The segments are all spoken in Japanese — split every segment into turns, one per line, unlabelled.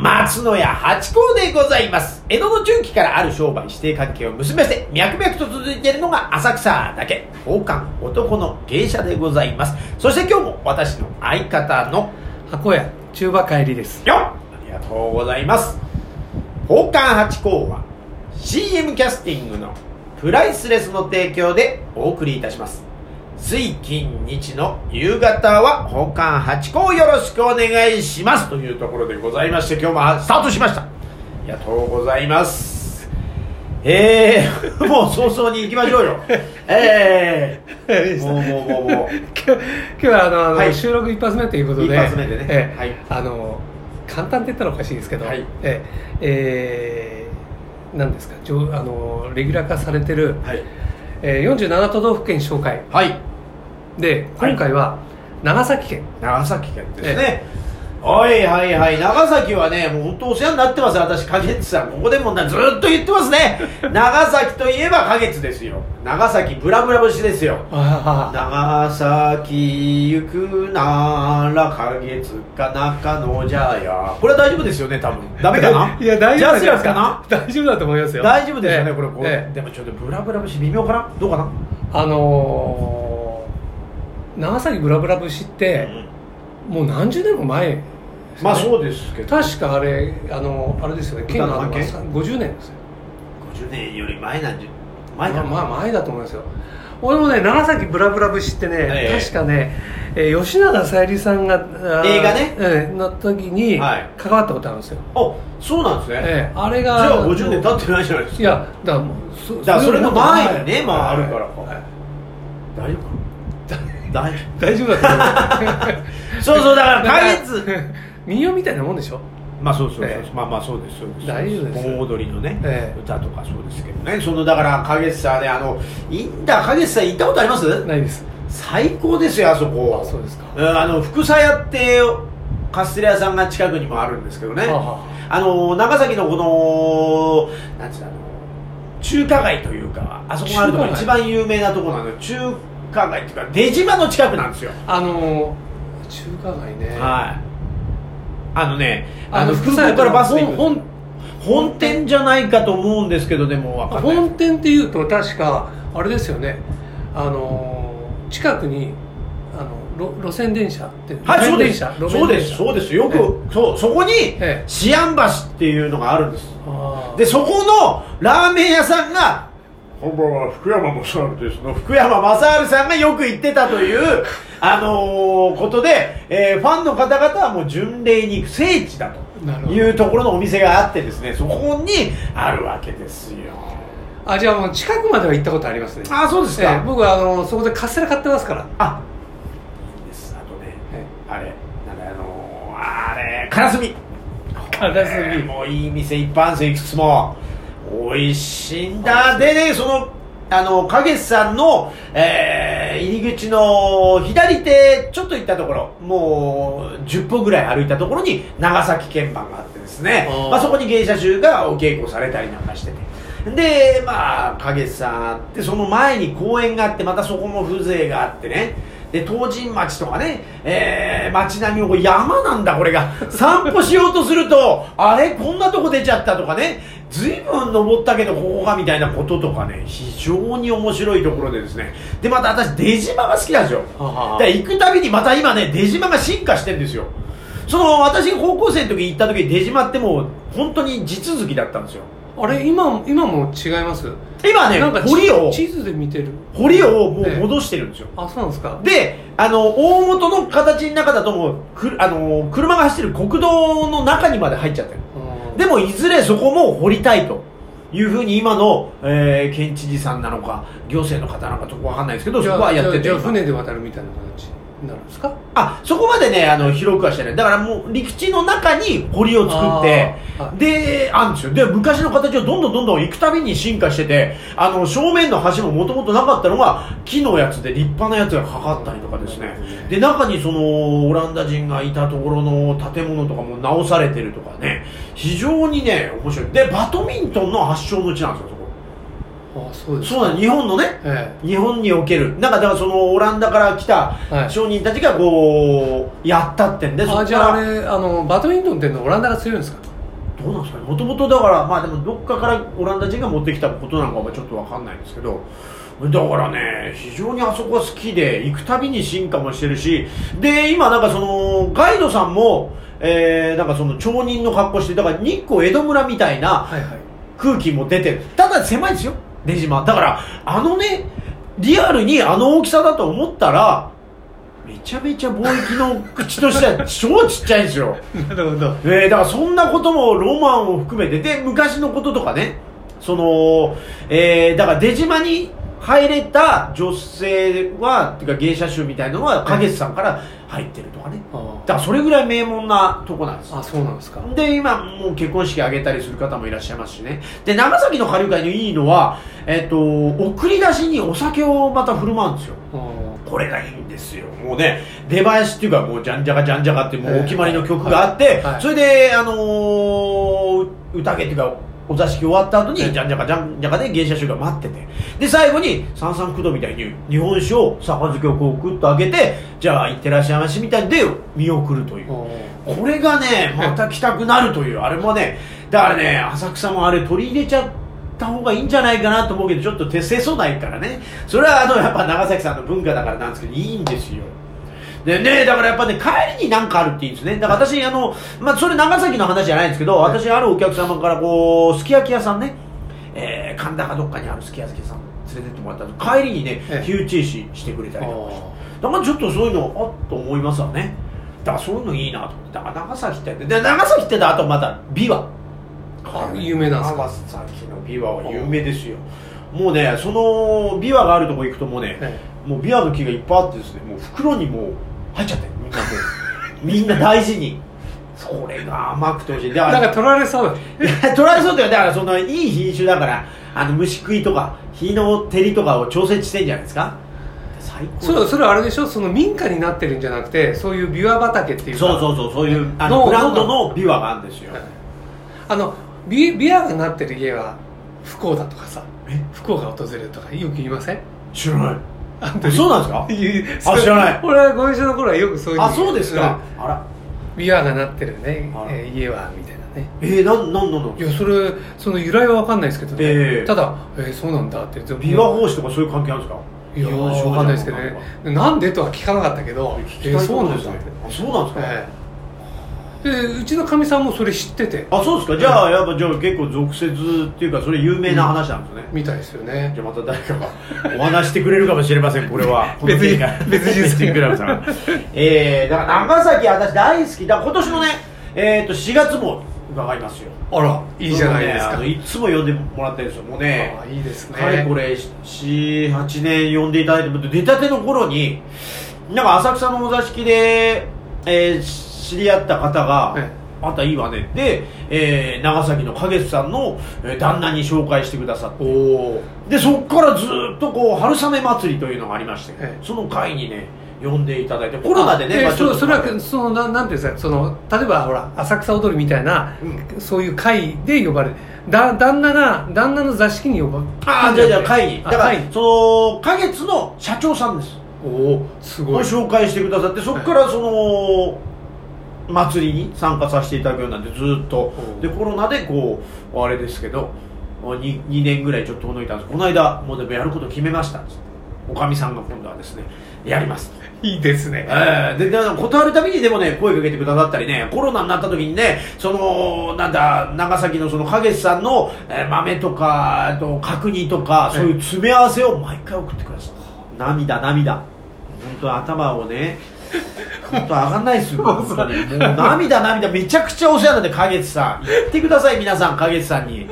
松野屋八甲でございます。江戸の中期からある商売指定関係を結びまして、脈々と続いているのが浅草だけ、宝冠男の芸者でございます。そして今日も私の相方の
箱屋中馬帰りです
よっありがとうございます。宝冠八甲は CM キャスティングのプライスレスの提供でお送りいたします。水金日の夕方は宝冠八甲よろしくお願いしますというところでございまして今日もスタートしました。ありがとうございます。えー、 もう早々に行きましょうよ。 えー、もうもうもうもう。
今日今日はあの、あの
はい
収録一発目ということ
一
で
発目でね
ええ
はい
あの簡単って言ったらおかしいですけど、
はい
えええーなんですかじょあのレギュラー化されてる、
はい。
えー、47都道府県紹介
はい。
で
はい
今回は長崎県、
長崎県です
え
ね、はいはいはい長崎はねもう本当お世話になってます私花月さんここでもなずっと言ってますね長崎といえば花月ですよ長崎ブラブラ節ですよ
あ
長崎行くなら花月か中野じゃやこれは大丈夫ですよね多分ダ
あ
メかな
いや大丈夫なんじ
ジャ
ゃな
スラ
い
かな
ですか大丈夫だと思いますよ
大丈夫ですよね、
ええ
これこう、
ええ
でもちょっとブラブラ節微妙かなどうかな、
あのー長崎ブラブラ節って、もう何十年も前ですね
まあそうですけど
確かあれあのあれですよね県のあの
歌の
50年ですよ
50年より前なんじゃ前か
ま
な、
あまあ前だと思いますよ俺もね長崎ブラブラ節ってね、
ええ
確かね、えー吉永小百合さんがあー
映画ね
ええの時に
はい
関わったことあるんですよ、
あそうなんですね、
ええあれ
じ
が
ゃあ50年経ってないじゃないです
い
か
やだからもうそ
じゃあそれの前にね
はい
まああるからか
はい
大丈夫か大丈
大丈夫だと思う
夫 そうそうだから花
だか
月
ら 民謡みたいなもんでしょ
まあそうそうそう、
ええ
まあまあそうですそうです
大丈夫です
盆踊りのね、
ええ
歌とかそうですけどねそのだから花月さんねあのいいんだ花月さん行ったことあります
ないです
最高ですよあそこ
あそうですか
うんあの福さやってカステラ屋さんが近くにもあるんですけどね
はあは
あの長崎のこのなんつうの中華街というかあそこがあるとこ
中華街
一番有名なとこなのよ中華街っていうか出島の近くなんですよ
あのー中華街ね
はいあのねあ
あ
の
の
福
福
さ
さ
や
や
か
からら
バ
バ
ス
ス
で
で
行
行
く
く
本本店じゃないかと思うんですけどでもわかんない
本店っていうと確かあれですよねあのー近くにあの路路線電車って
はい、そ
路
うで
面電
す
車。
そうです、そうです。よく、
え
そう、そこに、
ええ
シアン橋っていうのがあるんです。で、
で
そこのラーメン屋さんが、本番は福山雅治ですの福山雅治さんがよく行ってたという、 あのーことで、えーファンの方々はもう巡礼に行く聖地だ
なる
と
ほど
いうところのお店があってですね、そこにあるわけですよ。
あじゃあもう近くまでは行ったことありますね
あ、そうです
え
か。
え僕はあのーそこでカステラ買ってますから、
あ、いいです。あとね、
え
あれ、なんだあのーあれ、からすみ。
え、カラス
えーもういい店いっぱいあるんですよいくつも美味しいんだでねそのあの影さんの、えー入り口の左手ちょっと行ったところもう10歩ぐらい歩いたところに長崎鍵盤があってですね
あー
まあ、そこに芸者衆がお稽古されたりなんかしててでまあ影さんあってその前に公園があってまたそこも風情があってねで東神町とかね、えー町並みをこう山なんだこれが散歩しようとするとあれこんなとこ出ちゃったとかねずいぶん登ったけどここがみたいなこととかね非常に面白いところでですねでまた私出島が好きなんですよ
ははは
で行くたびにまた今ね出島が進化してるんですよその私が高校生の時行った時出島ってもう本当に地続きだったんですよ
あれ今今も違います
今ね
なんか地
堀を
地図で見てる
堀をもう
ええ
戻してるんですよ
あそうなんですか
であの大元の形の中だともうくあの車が走ってる国道の中にまで入っちゃってる
うん
でもいずれそこも掘りたいというふうに今の、えー県知事さんなのか行政の方なのかとかわかんないですけどそ
じゃあ
こはやってて
じゃあじゃ
今
あ船で渡るみたいな形になるんですか
あそこまでねあの広くはしてないだからもう陸地の中に堀を作って
あーはい
であるんですよで昔の形をどんどんどんどん行くたびに進化しててあの正面の橋ももともとなかったのが木のやつで立派なやつがかかったりとかですねで中にそのオランダ人がいたところの建物とかも直されてるとかね非常にね面白いでバドミントンの発祥の地なんですよそこ
あそうですか
そうなん日本のね
ええ
日本におけるなんかだからそのオランダから来た
はい
商人たちがこうやったってんで、そこ
あ
か
じゃああ
ら
れあのバドミントンってのはオランダが強いんですか
どうなんですかねもともとだからまあでもどっかからオランダ人が持ってきたことなんかはちょっとわかんないんですけどだからね非常にあそこは好きで行くたびに進化もしてるしで今なんかそのガイドさんも、えー、なんかその町人の格好してだから日光江戸村みたいな
はいはい
空気も出てるただ狭いですよ出島だからあのねリアルにあの大きさだと思ったらめちゃめちゃ貿易の口としては超ちっちゃいんですよ
なるほど
えー、だからそんなこともロマンを含めてで昔のこととかねその、えー、だから出島に入れた女性はてか芸者衆みたいなのは影さんから入ってるとかね
あ
だからそれぐらい名門なとこなんです
ああそうなんですか
で今もう結婚式挙げたりする方もいらっしゃいますしねで長崎の下流会のいいのは、えっと送り出しにお酒をまた振る舞うんですよ
あー
これがいいんですよもうね出囃子っていうかもうじゃんじゃかじゃんじゃかってもうお決まりの曲があって、
いはい
それであのー宴っていうかお座敷終わった後にじゃんじゃかじゃんじゃかで芸者衆が待っててで最後に三三九度みたいに日本酒を杯をこうグッと開けてじゃあ行ってらっしゃいましみたいで見送るという
あー
これがねまた来たくなるというあれもねだからね浅草もあれ取り入れちゃった方がいいんじゃないかなと思うけどちょっと手せそないからねそれはあのやっぱ長崎さんの文化だからなんですけどいいんですよでねだからやっぱね帰りになんかあるっていいんですねだから私あの、まあ、それ長崎の話じゃないんですけど私あるお客様からこうすき焼き屋さんね、えー神田かどっかにあるすき焼き屋さん連れてってもらったんです帰りにね
ええ
火打ち石してくれたりとかして
あー
だからちょっとそういうのあっと思いますわねだからそういうのいいなと思ってだから長崎ってで長崎ってあとまた琵琶
あ有名なんですか
長崎の琵琶は有名ですよもうねその琵琶があるとこ行くともうね、
え
もう琵琶の木がいっぱいあってですねもう袋にもう入っちゃってみんなもうみんな大事にそれが甘くて美味しいだ
な んか取られそう
いや捉えそうだよだからそのいい品種だからあの虫食いとか火の照りとかを調節してんじゃないですか最高
そうそれはあれでしょその民家になってるんじゃなくてそういう琵琶畑っていうか
そうそうそうそういうあの
どう
ブランドの琵琶があるんですよ
あの琵琵琶がなってる家は不幸だとかさ
え
不幸が訪れるとかよく言いません
知らない
あんた
え そうなんですかあ知らない
俺はご一緒の頃はよくそういう
あそうですか、あら
うん琵琶がなってるね、
あら
えー家はみたいなね
えー、なんなんなんなん
いやそれその由来は分かんないですけどね、
ええ
ただ、えーそうなんだって言って
琵琶法師とかそういう関係あるんですか
いや分かんないですけどねなんでとは聞かなかったけど
聞きた
え
い
ー
こと
そうなん
です
だっ
ね
て
あそうなんですか、
ええでうちのかみさんもそれ知ってて
あそうですかじゃあやっぱじゃあ結構俗説っていうかそれ有名な話なんですね、
みたいですよね
じゃあまた誰かがお話してくれるかもしれませんこれ は
別に
この件が
別人
別人クラブさん えー、だから長崎私大好きだから今年のねえっ、と4月も伺いますよ
あらいいじゃないです
もうね
か、
あのいつも呼んでもらってるんですよもうね
あいいですね
かれこれ48年呼んでいただいて出たての頃になんか浅草のお座敷で、えー知り合った方が
ええ
「あんたいいわね」で、えー長崎の影さんのえー旦那に紹介してくださって
おお
でそっからずっとこう春雨祭りというのがありまして、
ええ
その会にね呼んでいただいてコロナでね
え
まあちょっ
そ
と
それはそのななんていうんですかその例えばほら浅草踊りみたいな、
う
そういう会で呼ばれるだ旦那が旦那の座敷に呼ばれ
ああじゃあじゃあ会に
あ
だから
会に
その花月の社長さんです
おおすご
を
い
紹介してくださってそこからその祭りに参加させていただくようになってずっと
うん
でコロナでこうあれですけど 2, 2年ぐらいちょっと遠のいたんですこの間もうでもやること決めましたっつっておかみさんが今度はですねやりますと
いいですね
えーでで断るたびにでもね声かけてくださったりねコロナになった時にねそのなんだ長崎のその影さんの、えー豆とかあと角煮とかそういう詰め合わせを毎回送ってください涙涙本当頭を ね本当上がんないですよ本当にもう涙涙めちゃくちゃお世話なんで影さん言ってください皆さん影さんにい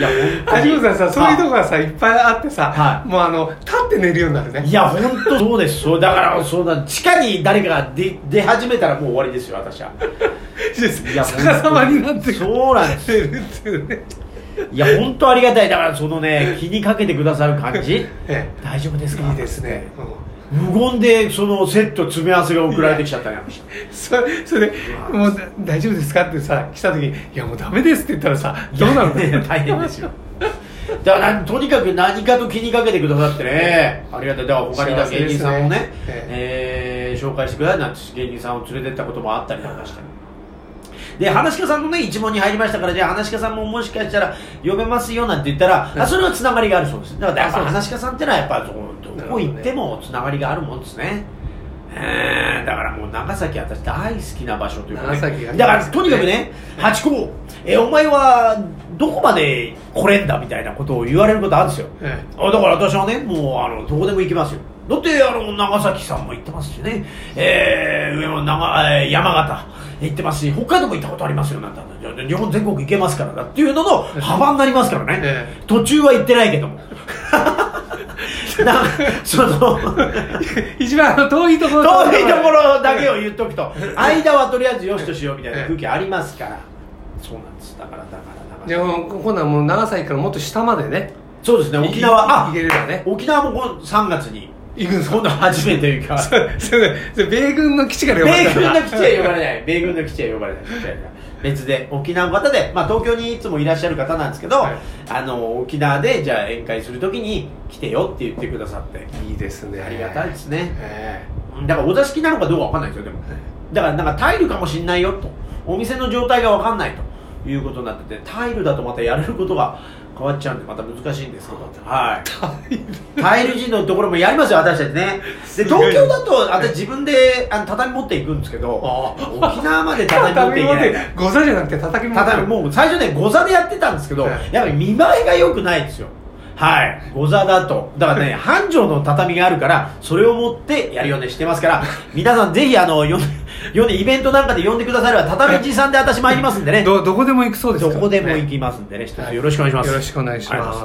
や本当
橋
に
本さんさそういうとこがさいっぱいあってさ、
はい
もうあの立って寝るようになるね
いや本当そうですそうだからそうだ地下に誰かが出出始めたらもう終わりですよ私は。いや
逆さまになって
そうなんです
寝るっていうね
いや本当ありがたいだからそのね気にかけてくださる感じ
え
大丈夫です
え
か
いいですね、
無言でそのセット詰め合わせが送られてきちゃったね
うん、それそれで「もうだ大丈夫ですか?」ってさ来た時に「いやもうダメです」って言ったらさどうなるんだ
いや
ろう
ね大変ですよだからなんとにかく何かと気にかけてくださってねありがたいだから他にだ
幸せ
芸
ですね
人さんをね
え
えー紹介してくださいなんて芸人さんを連れてったこともあったりなんかしてで、話し家さんのね、一問に入りましたから、じゃあ話し家さんももしかしたら呼べますよなんて言ったら、あそれはつながりがあるそうです。だからやっぱ
あそうです
話し家さんってのはやっぱどこどこ行ってもつながりがあるもんですね。えーだからもう長崎私大好きな場所というか、ね、
長崎がね
だからとにかくね八甲えお前はどこまで来れんだみたいなことを言われることあるんですよ
ええ
あだから私はねもうあのどこでも行きますよだってあの長崎さんも行ってますしね、えー、上も長えー山形行ってますし北海道も行ったことありますよなんてじゃあ日本全国行けますからだっていうのの幅になりますからね、
え
途中は行ってないけど もなその
一番あの遠いところ
遠いところだけを言っとく と間はとりあえずよしとしようみたいな空気ありますからそうなんですだからだからだか
じ
ら
ゃあもう今度はもう長崎からもっと下までね
そうですね沖縄あ
行ければね
沖縄もこの3月に
行くんです
今度初めていうか
それそれ米軍の基地から呼ばれ
米
た
軍の基地は呼ばれない米軍の基地は呼ばれないみたいな別で沖縄の方で、まあ、東京にいつもいらっしゃる方なんですけど、
はい
あの沖縄でじゃあ宴会するときに来てよって言ってくださって
いいですね
ありがたいですね
え
だからお座敷なのかどうかわかんないですよでも
え
だからなんかタイルかもしんないよとお店の状態がわかんないということになっててタイルだとまたやれることが変わっちゃうんでまた難しいんですけどはいタイル人のところもやりますよ、私たちね。で、
ごい
東京だと、私自分で、あの、畳持っていくんですけど、
あ
沖縄まで畳持っ
畳
てい
み
け
持っ
な
て
い。
ござじゃなくて畳み持って
畳、もう最初ね、ご座でやってたんですけど、
はい
やっぱり見栄えが良くないですよ。はい。ご座だと。だ からね、繁盛の畳があるから、それを持ってやるようにしてますから、皆さんぜひ、あの、よ、世にイベントなんかで呼んでくだされば、畳じさんで私参りますんでね。
どどこでも行くそうですか
ど
ら
こでも行きますんでね、一つよろしくお願いします。
よろしくお願いし
ありがとうございま
ま
すす